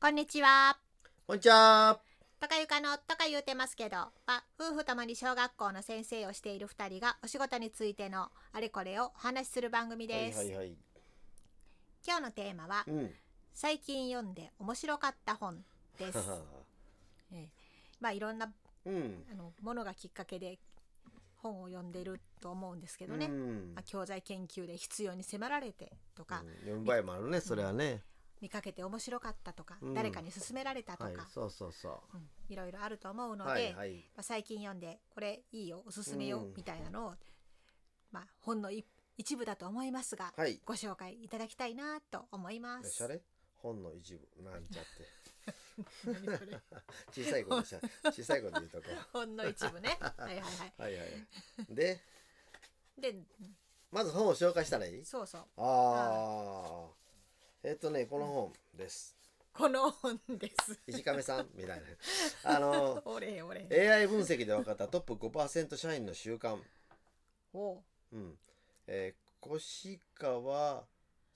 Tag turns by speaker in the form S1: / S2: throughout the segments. S1: こんにちは。
S2: こんにちは。
S1: とかゆかのとか言うてますけどは夫婦ともに小学校の先生をしている2人がお仕事についてのあれこれをお話しする番組です、
S2: はいはいはい。
S1: 今日のテーマは
S2: うん。
S1: 最近読んで面白かった本ですえ えまあいろんな
S2: うん。
S1: あのものがきっかけで本を読んでると思うんですけどね、
S2: うん
S1: まあ、教材研究で必要に迫られてとか、
S2: うん読む場合もあるね、それはね。
S1: 見かけて面白かったとか、
S2: うん
S1: 誰かに勧められたとか、
S2: はい、そうそうそ
S1: うんいろいろあると思う
S2: う。
S1: ので、
S2: はいはい。
S1: まあ、最近読んでこれいいよおすすめよ、
S2: うん
S1: みたいなのを、まあ、ほんのい一部だと思いますが、
S2: はい。
S1: ご紹介いただきたいなと思いま
S2: おし
S1: す
S2: ゃ。れ本の一部、なんちゃっ
S1: 何これ
S2: て。小さい子 でしゃ、小さい子で言うとこ。
S1: ほんの一部 ね。はいはいは
S2: はいはい。で、
S1: い。で、
S2: まず本を紹介したらいい
S1: そうそう。
S2: ああ。えっとね、この本です。
S1: この本です。
S2: いじかめさんみたいな。あの、
S1: おれおれ。
S2: AI 分析で分かったトップ5%社員の習慣。
S1: おう
S2: うん。えー、越川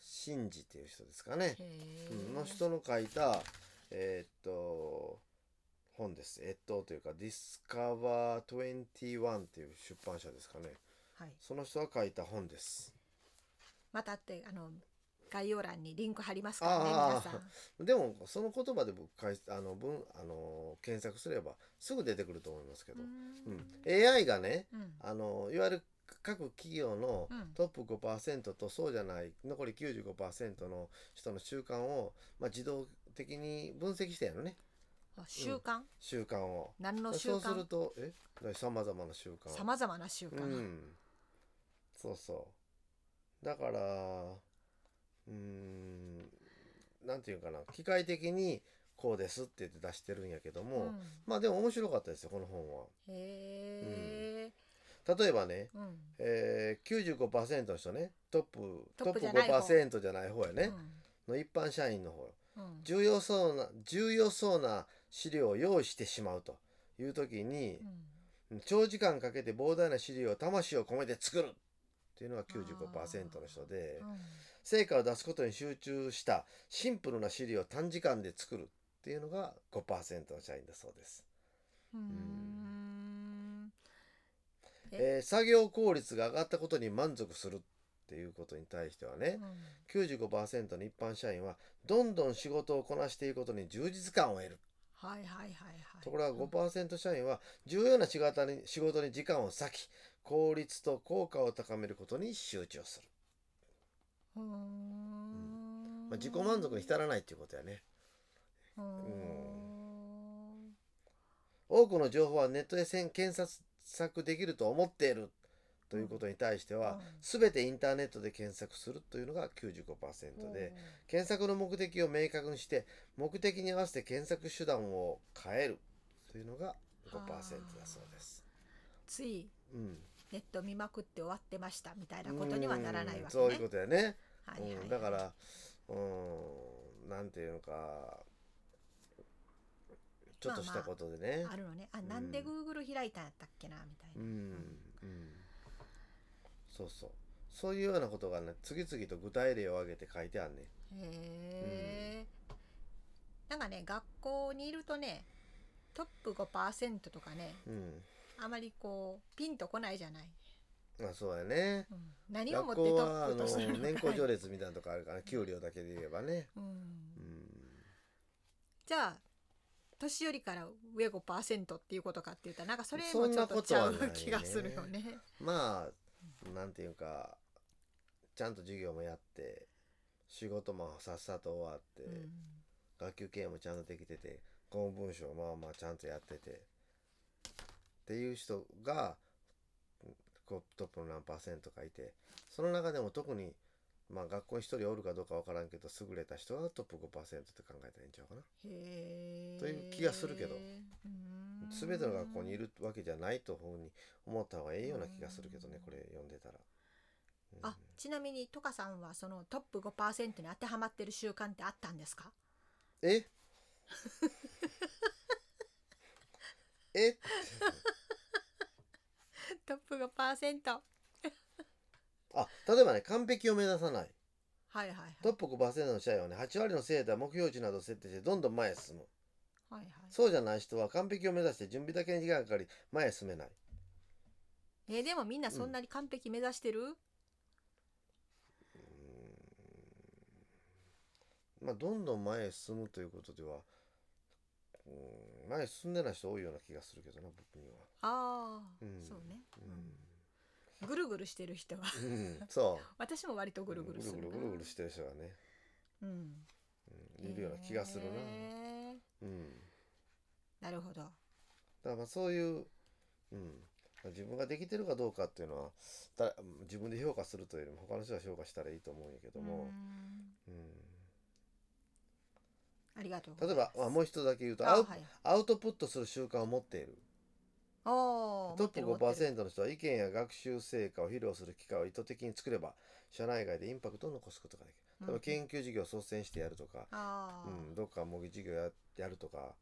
S2: 真司っていう人ですかね。
S1: へ
S2: う
S1: ー
S2: んの人の書いた、えーっと、本です。えっと、というか、Discover21 っていう出版社ですかね。
S1: はい。
S2: その人が書いた本です。
S1: またって、あの、概要欄にリンク貼りますからね、皆さ
S2: あ
S1: ん。
S2: でも、その言葉で僕、かいあの、文、あの、検索すればすぐ出てくると思いますけど。う
S1: うん
S2: ん。AI がね、
S1: うん
S2: あの、いわゆる各企業の
S1: うん
S2: トップ5%とそうじゃない残り95%の人の習慣を、まあ、自動的に分析してやるね
S1: あ習慣、
S2: 習慣を
S1: 何の習
S2: そうする
S1: 慣
S2: とえさまざまな習慣
S1: さまざまな習慣、
S2: うんそうそうだからうーんなんていうかな機械的にこうですって言って出してるんやけども、
S1: うん
S2: まあでも面白かったですよこの本は
S1: へえ、
S2: 例えばね
S1: うん
S2: えー、95%の人ねトップ
S1: ト
S2: ト
S1: ッ
S2: ッ
S1: プじ
S2: プ
S1: ゃない方
S2: 5%じゃない方やね、の一般社員の方
S1: うんうん
S2: 重要そうな重要そうな資料を用意してしまうという時に
S1: う、ん
S2: 長時間かけて膨大な資料を魂を込めて作るっていうのが95%の人で
S1: う
S2: 成果を出すことに集中したシンプルな資料を短時間で作るっていうのが5%の社員だそうです、
S1: んうんえ
S2: えー作業効率が上がったことに満足するっていうことに対してはね、95%の一般社員はどんどん仕事をこなしていくことに充実感を得る
S1: はいはいはいはい
S2: ところが
S1: うん
S2: 5%社員は重要な仕事に仕事に時間を割き効率と効果を高めることに集中する、
S1: うーん
S2: まあ、自己満足に浸らないっていうことやね
S1: うーん
S2: 多くの情報はネットでせん検索できると思っているということに対しては、全てインターネットで検索するというのが95%で、検索の目的を明確にして目的に合わせて検索手段を変えるというのが5%だそうです。
S1: つい
S2: うん、
S1: ネット見まくって終わってましたみたいなことにはならないわけね
S2: うんそういうことやね。
S1: はいはいは
S2: う
S1: い
S2: ん、だからうんなんていうのかちょっとしたことでね。
S1: あるのねあなんで Google 開いたんやったっけなみたいな
S2: うん、うん、そうそうそういうようなことがね次々と具体例を挙げて書いてあるね。
S1: へえ、なんかね学校にいるとねトップ5%とかね
S2: うん、
S1: あまりこうピンとこないじゃない、
S2: まあそうやね。
S1: うん何をもっ
S2: 学
S1: てト
S2: 校はあ
S1: ップ
S2: の
S1: とするのか
S2: 年功序列みたいなとこあるから給料だけで言えばね。
S1: うん
S2: うん
S1: じゃあ年寄りから上5%っていうことかって言ったらなんかそれ
S2: そ
S1: も
S2: ん
S1: ちょっ
S2: な
S1: と
S2: こ
S1: ち
S2: と
S1: ゃ
S2: は
S1: う
S2: ないね
S1: 気がするよね。
S2: まあなんていうかちゃんと授業もやって仕事もさっさと終わって、学級経営もちゃんとできてて公文書もまあまあちゃんとやっててっていう人がこうトップの何パーセントかいてその中でも特にまあ学校に一人おるかどうかわからんけど優れた人がトップ5%って考えたらいいんちゃうかな。
S1: うんへえ
S2: という気がするけど
S1: うん
S2: 全ての学校にいるわけじゃないというふうに思った方がええような気がするけどねこれ読んでたら。うん
S1: あちなみにトカさんはそのトップ5%に当てはまってる習慣ってあったんですか
S2: え え
S1: トップ5%
S2: あ例えばね完璧を目指さない
S1: はいはいはい
S2: トップ5%の社員はね8割の生徒は目標値などを設定してどんどん前へ進む
S1: はいはい
S2: そうじゃない人は完璧を目指して準備だけに時間がかかり前へ進めない
S1: えーでもみんなそんなに完璧目指してる、
S2: まあどんどん前へ進むということではうん前へ進んでない人多いような気がするけどな僕には
S1: ああ、
S2: うん
S1: そうね、
S2: う
S1: うんぐるぐるしてる人は
S2: ん、うん、そう
S1: 私も割とぐるぐるするな
S2: ぐるぐるぐるぐるしてる人がね、
S1: うん
S2: うん、いるような気がするな、
S1: へー
S2: うん
S1: なるほど
S2: だからまあそういう、うん、自分ができてるかどうかっていうのはだ自分で評価するというよりも他の人が評価したらいいと思うんやけど
S1: う
S2: も、
S1: ん
S2: うん、
S1: ありがとう
S2: 例えば、まあ、もう一つだけ言うと
S1: あ
S2: アウ,、
S1: はい
S2: アウトプットする習慣を持っている
S1: おー
S2: ト
S1: 持
S2: ップ
S1: ってる持ってる
S2: 5%の人は意見や学習成果を披露する機会を意図的に作れば社内外でインパクトを残すことができる例えば研究事業を率先してやるとか、
S1: ああ、
S2: うん、どっか模擬授業ややるとか、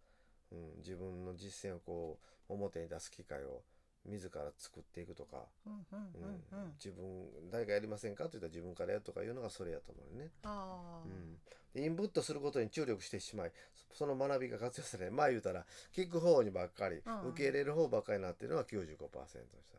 S2: うん、自分の実践をこう表に出す機会を自ら作っていくとか、
S1: うんうん
S2: う
S1: うんんうん
S2: 自分誰かやりませんかって言ったら自分からやるとかいうのがそれやと思うね、
S1: ああ、
S2: うん、でインプットすることに注力してしまいそその学びが活用されないまあ言うたら聞く方にばっかり、
S1: うん
S2: 受け入れる方ばっかりになってるのは95%の人だ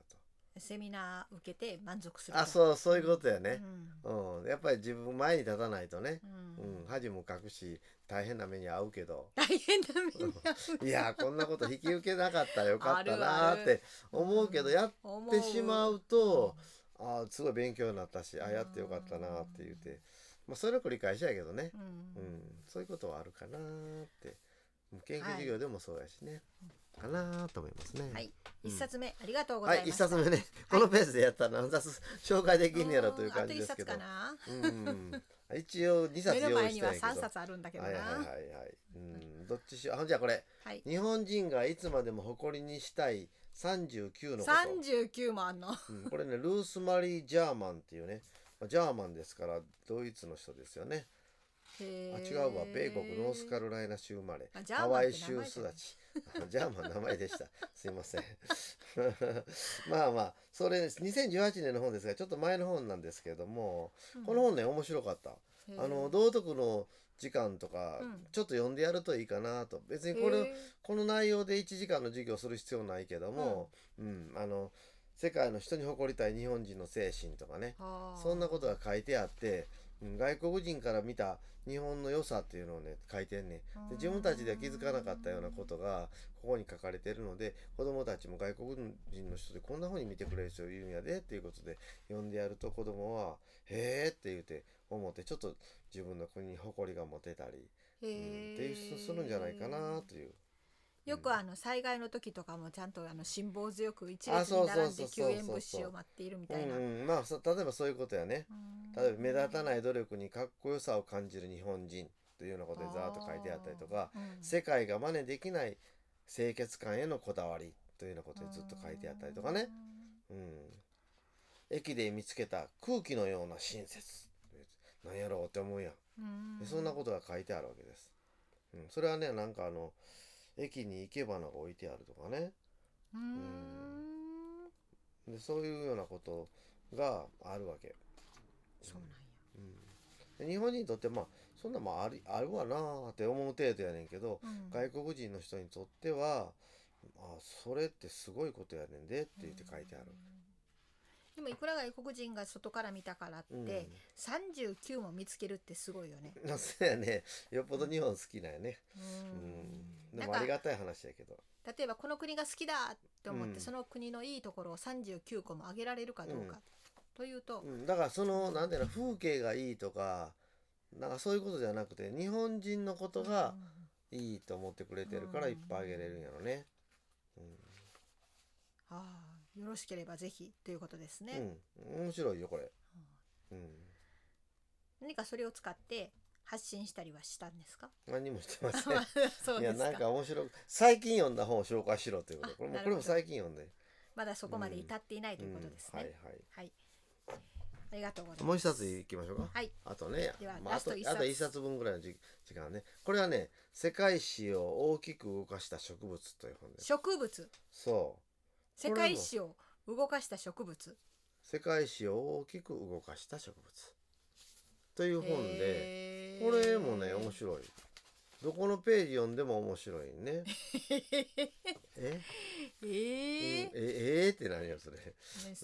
S2: と。
S1: セミナー受けて満足する
S2: あ
S1: う
S2: そうそういうことやね
S1: う、ん
S2: うんやっぱり自分前に立たないとね、
S1: うん
S2: うん、恥もかくし大変な目に遭うけど、
S1: 大変だみんな
S2: いやーこんなこと引き受けなかったらよかった
S1: あ
S2: な
S1: るあ
S2: ー
S1: る
S2: って思うけどやっ
S1: 思
S2: てしまうと
S1: う
S2: あーすごい勉強になったしあやってよかったなーって言ってまあそれは繰り返しやけどね
S1: う、ん
S2: うん、そういうことはあるかなーって研究授業でもそうやしね、かなーと思いますね。
S1: はい
S2: うん
S1: 一冊目ありがとうござ
S2: はいい、
S1: ま
S2: 一
S1: した
S2: 冊目ね、このペースでやったら何冊紹介できんねやろという感じですけど
S1: うーんあと一冊か。な
S2: うん、一応二冊
S1: 目の
S2: 用
S1: 前
S2: 意し
S1: に
S2: た
S1: は
S2: んやけど。
S1: 三冊あるんだけどな
S2: はいはいはいはい。うん、どっちしよう。あ、じゃあこれ。
S1: はい
S2: 日本人がいつまでも誇りにしたい39のこ
S1: 三十九もあんの
S2: と、うんこれねルース・マリー・ジャーマンっていうねまあジャーマンですからドイツの人ですよね
S1: あ
S2: あ
S1: 違
S2: 違うわ米国ノースカロライナ州生まれ
S1: あジャーマン
S2: ハ
S1: って
S2: ワイ州育ち ジャーマン名前でしたすいません まあまあそれ2018年の本ですがちょっと前の本なんですけれどもこの本ね面白かったあの道徳の時間とか、
S1: うん
S2: ちょっと読んでやるといいかなと別にこれをこの内容で1時間の授業する必要ないけども、うんあの世界の人に誇りたい日本人の精神とかねそんなことが書いてあって、うん外国人から見た日本の良さっていうのをね書いてんねんで自分たちでは気づかなかったようなことがここに書かれてるので子どもたちも外国人の人でこんな風に見てくれる人いるんやでっていうことで読んでやると子どもは「へえ」って言うて思ってちょっと自分の国に誇りが持てたり、
S1: と
S2: うん、っていう人するんじゃないかなという。
S1: よくあの災害の時とかもちゃんとあの辛抱強く一列に
S2: そうそうそう
S1: 並んで救援物資を待っているみたいな
S2: う。んうん、まあそ例えばそういうことやね例えば目立たない努力にかっこよさを感じる日本人というようなことでざーっと書いてあったりとか、世界が真似できない清潔感へのこだわりというようなことでずっと書いてあったりとかね、うん、駅で見つけた空気のような親切なんやろうって思うやん
S1: うん。。
S2: でそんなこととが書いてあるわけです、うん、それはねなんかあの駅に生け花が置いてあるとかね、
S1: うーん。
S2: でそういうようなことがあるわけ、
S1: そうなんや。
S2: うん、で日本人にとってまあそんなもんありあるわなーって思う程度やねんけど、
S1: うん
S2: 外国人の人にとってはあそれってすごいことやねんでって言って書いてある
S1: う、んでもいくら外国人が外から見たからっ
S2: うん
S1: て、三十九も見つけるってすごいよね。
S2: まあ そうやねよっぽど日本好きなんやね、
S1: う
S2: うん
S1: ん
S2: で
S1: なん
S2: もあ
S1: か
S2: りがたい話やけど
S1: 例えばこの国が好きだと思って、
S2: うん
S1: その国のいいところを39個も挙げられるかどうか、
S2: う
S1: というと、
S2: うん、だからそのなんていうの風景がいいとかなんかそういうことじゃなくて日本人のことがいいと思ってくれてるから
S1: うん
S2: いっぱいあげれるんやろね。うん
S1: うんああよろしければぜひということですね、
S2: うん、面白いよこれ。
S1: うん
S2: うん、
S1: 何かそれを使って発信したりはしたんですか
S2: 何もしてませ ん。
S1: そう
S2: い
S1: で
S2: や
S1: すか
S2: なんか面白く最近読んだ本を紹介しろということ
S1: あ
S2: これも
S1: なるほ
S2: これ
S1: ど
S2: も最近読んで、
S1: まだそこまで至っていないということですね、
S2: うんはい
S1: はいありがとうございます
S2: はいもう一冊いきましょうか、
S1: はい
S2: あとね
S1: では
S2: まあ、
S1: ラ
S2: あ
S1: スト
S2: と
S1: 一冊
S2: あと一冊分ぐらいのじ時間ねこれはね「世界史を大きく動かした植物」という本です
S1: 植物
S2: そう
S1: 世界史を動かした植物
S2: 世界史を大きく動かした植物というう本で、
S1: で
S2: これもね面白いどこのページ読んでも面白い ねえ、
S1: え
S2: うん
S1: ー
S2: ええーって何よそれ
S1: ね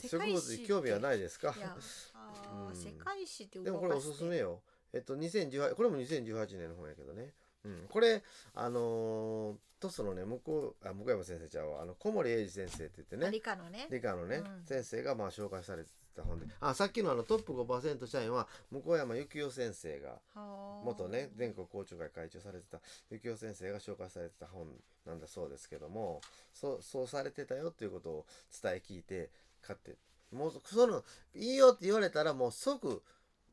S2: 植物に興味はないですか
S1: いや、あー
S2: うん
S1: 世界史って動か
S2: でもこれおすすめよ。えっと、2018、これも2018年の本やけどね。うん、これ、あのー、トスのね、向こう、あ、向山先生ちゃうわ、あの、小森英二先生って言って
S1: ね。
S2: ね、
S1: 理科のね。
S2: 理科のね、
S1: うん
S2: 先生がまあ紹介されてた本で、あ、さっきのあのトップ5%社員は、向山幸雄先生が、元
S1: 元
S2: ね、全国校長会会長されてた幸雄先生が紹介されてた本なんだそうですけどもそうそうされてたよっていうことを伝え聞いて買ってもうそのいいよって言われたらもう即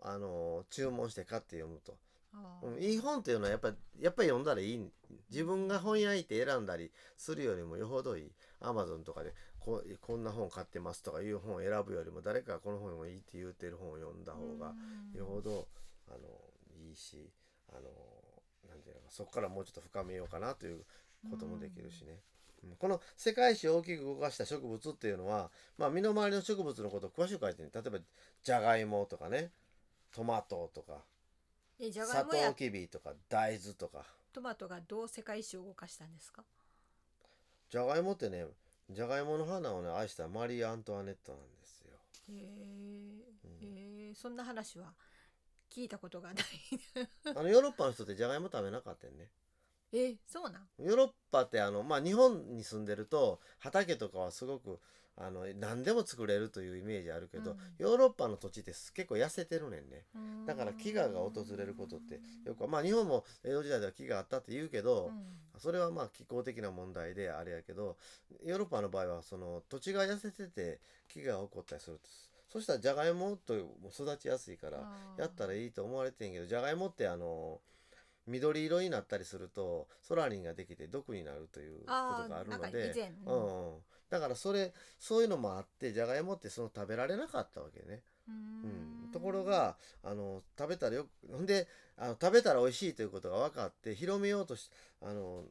S2: あのー注文して買って読むと、うん、いい本っていうのはやっぱやっぱり読んだらいい自分が本屋行って選んだりするよりもよほどいいアマゾンとかでここんな本買ってますとかいう本を選ぶよりも誰かがこの本もいいって言ってる本を読んだ方がよほどあのいいしあのなんていうのかそこからもうちょっと深めようかなということもできるしね、うんこの「世界史を大きく動かした植物」っていうのは、まあ、身の回りの植物のことを詳しく書いてる例えばじゃがいもとかねトマトとか
S1: えじゃが
S2: サ
S1: いも
S2: トウ
S1: や
S2: キビとか大豆とか
S1: トマトがどう世界史を動かしたんですか
S2: じゃがいもってねじゃがいもの花をね愛したマリー・アントワネットなんですよ。
S1: へー
S2: うん
S1: へーそんな話は聞いたことがない
S2: あのヨーロッパの人ってじゃがいも食べなかったよね。
S1: えそうなん
S2: ヨーロッパってあの、まあ、日本に住んでると畑とかはすごくあの何でも作れるというイメージあるけど、
S1: うん
S2: ヨーロッパの土地ってす結構痩せてるねんね
S1: うーん
S2: だから飢餓が訪れることってよくまあ日本も江戸時代では飢餓あったって言うけど、
S1: うん
S2: それはまあ気候的な問題であれやけどヨーロッパの場合はその土地が痩せてて飢餓が起こったりするとそしたらじゃがいもと育ちやすいから
S1: あー
S2: やったらいいと思われてんけどじゃがいもってあの緑色になったりするとソラリンができて毒になるということがある
S1: なんか
S2: の
S1: 以
S2: で
S1: 前、
S2: う
S1: うん
S2: んうんだからそれそういうのもあってじゃがいもってその食べられなかったわけね、
S1: う
S2: う
S1: ー
S2: ん
S1: ん、
S2: ところがあの食べたらよくほんであの食べたら美味しいということが分かって広めようとしあの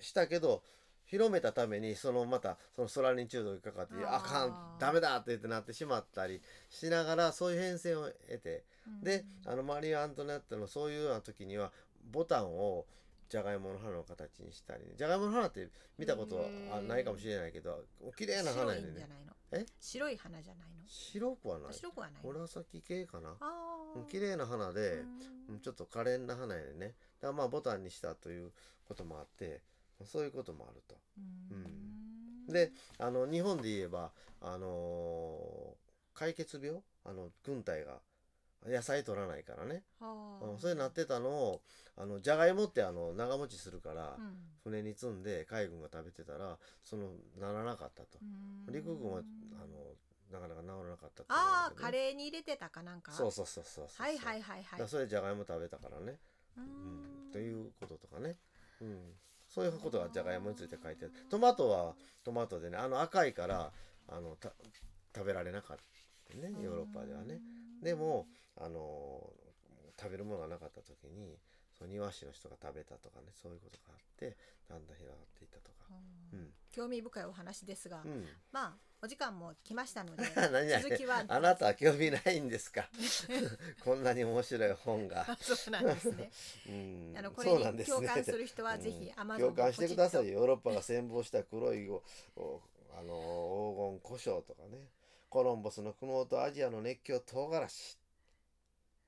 S2: したけど広めたためにそのまたそのソラリン中毒にかかって
S1: あー
S2: あかんダメだって言ってなってしまったりしながらそういう変遷を得てであのマリー・アントネットのそういうような時にはボタンをじゃがいもの花の形にしたりねじゃがいもの花って見たことはあ
S1: へー
S2: ないかもしれないけど綺
S1: う
S2: 麗
S1: ん
S2: な
S1: 白
S2: 花や
S1: い
S2: ね
S1: ん
S2: ん
S1: じゃ
S2: ね
S1: ないの
S2: え
S1: 白い花じゃないの
S2: 白くはない
S1: 白くはない
S2: 紫系かな
S1: あ
S2: うん
S1: ー
S2: 綺麗な花で
S1: う
S2: うんんちょっと可憐な花やねんねだからまあボタンにしたということもあってそういうこともあると
S1: うん
S2: であの日本で言えばあのー解決病あの軍隊が野菜取らないからね
S1: はあ
S2: うんそういうなってたのをあのじゃがいもってあの長持ちするから、
S1: うん
S2: 船に積んで海軍が食べてたらそのならなかったと、陸軍はあのなかなか治らなかったっていうのが
S1: あー
S2: るけど
S1: カ
S2: ね
S1: レーに入れてたかなんか
S2: そうそうそうそうそう
S1: はいはい
S2: だ
S1: はいは
S2: か
S1: い
S2: らそれじゃがいも食べたからね、
S1: うー
S2: うんん、ということとかね、うん、そういうことがじゃがいもについて書いてあるトマトはトマトでねあの赤いからあのた食べられなかったねヨーロッパではね、でもあのー食べるものがなかった時にその庭師の人が食べたとかねそういうことがあってだんだん広がっていったとか
S1: う。
S2: うんん
S1: 興味深いお話ですが、
S2: うん、
S1: まあお時間も来ましたので
S2: 何々
S1: 続きは
S2: あなたは興味ないんですかこんなに面白い本
S1: あ
S2: が。
S1: そうなんですね
S2: うん
S1: あの、これ
S2: そうなん
S1: に
S2: です
S1: 共
S2: ね。
S1: 感する 人はぜひ
S2: うん
S1: Amazon
S2: 共感してください
S1: よ
S2: よヨーロッパが潜望した黒いおおあのー黄金胡椒とかねコロンボスの苦悩とアジアの熱狂唐辛子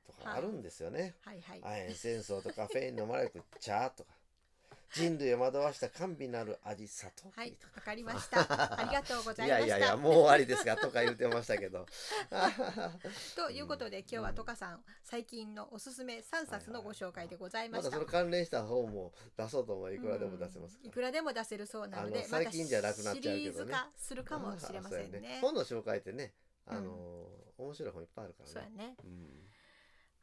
S2: とかあるんですよね。
S1: はいはい、
S2: 亜鉛戦争とカフェイン飲まれてチャーとか人類を惑わした甘美なる味砂糖
S1: はい
S2: とか
S1: わかりました ありがとうござい
S2: い
S1: ま
S2: や
S1: した
S2: いやいやもう終わりですかとか言ってました けど
S1: ということで今日は
S2: うん
S1: トカさん最近のおすすめ3冊のご紹介でございま
S2: ま
S1: した
S2: その関連した本も出そうと思えばいくらでも出せます
S1: うんい
S2: か
S1: くらでも出せるそうなので
S2: あの最近じゃなくなっちゃうけど
S1: ま
S2: ね
S1: たシリーズ化する
S2: ら
S1: かもしれませんね
S2: 本の紹介ってねあのー
S1: う
S2: 面白い本いっぱいあるか
S1: そう
S2: ら
S1: や
S2: ね
S1: ね
S2: うん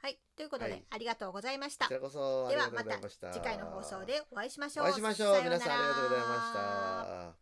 S1: はいということで、
S2: はい
S1: ありがとうございまし
S2: こ
S1: た
S2: ちらこそあ
S1: で
S2: り
S1: は
S2: がとう
S1: ま
S2: ござ
S1: た
S2: いました
S1: 次回の放送でお会いしましょう
S2: お会いしましょう
S1: さよ
S2: 皆
S1: な
S2: さん
S1: ら
S2: ありがとうございました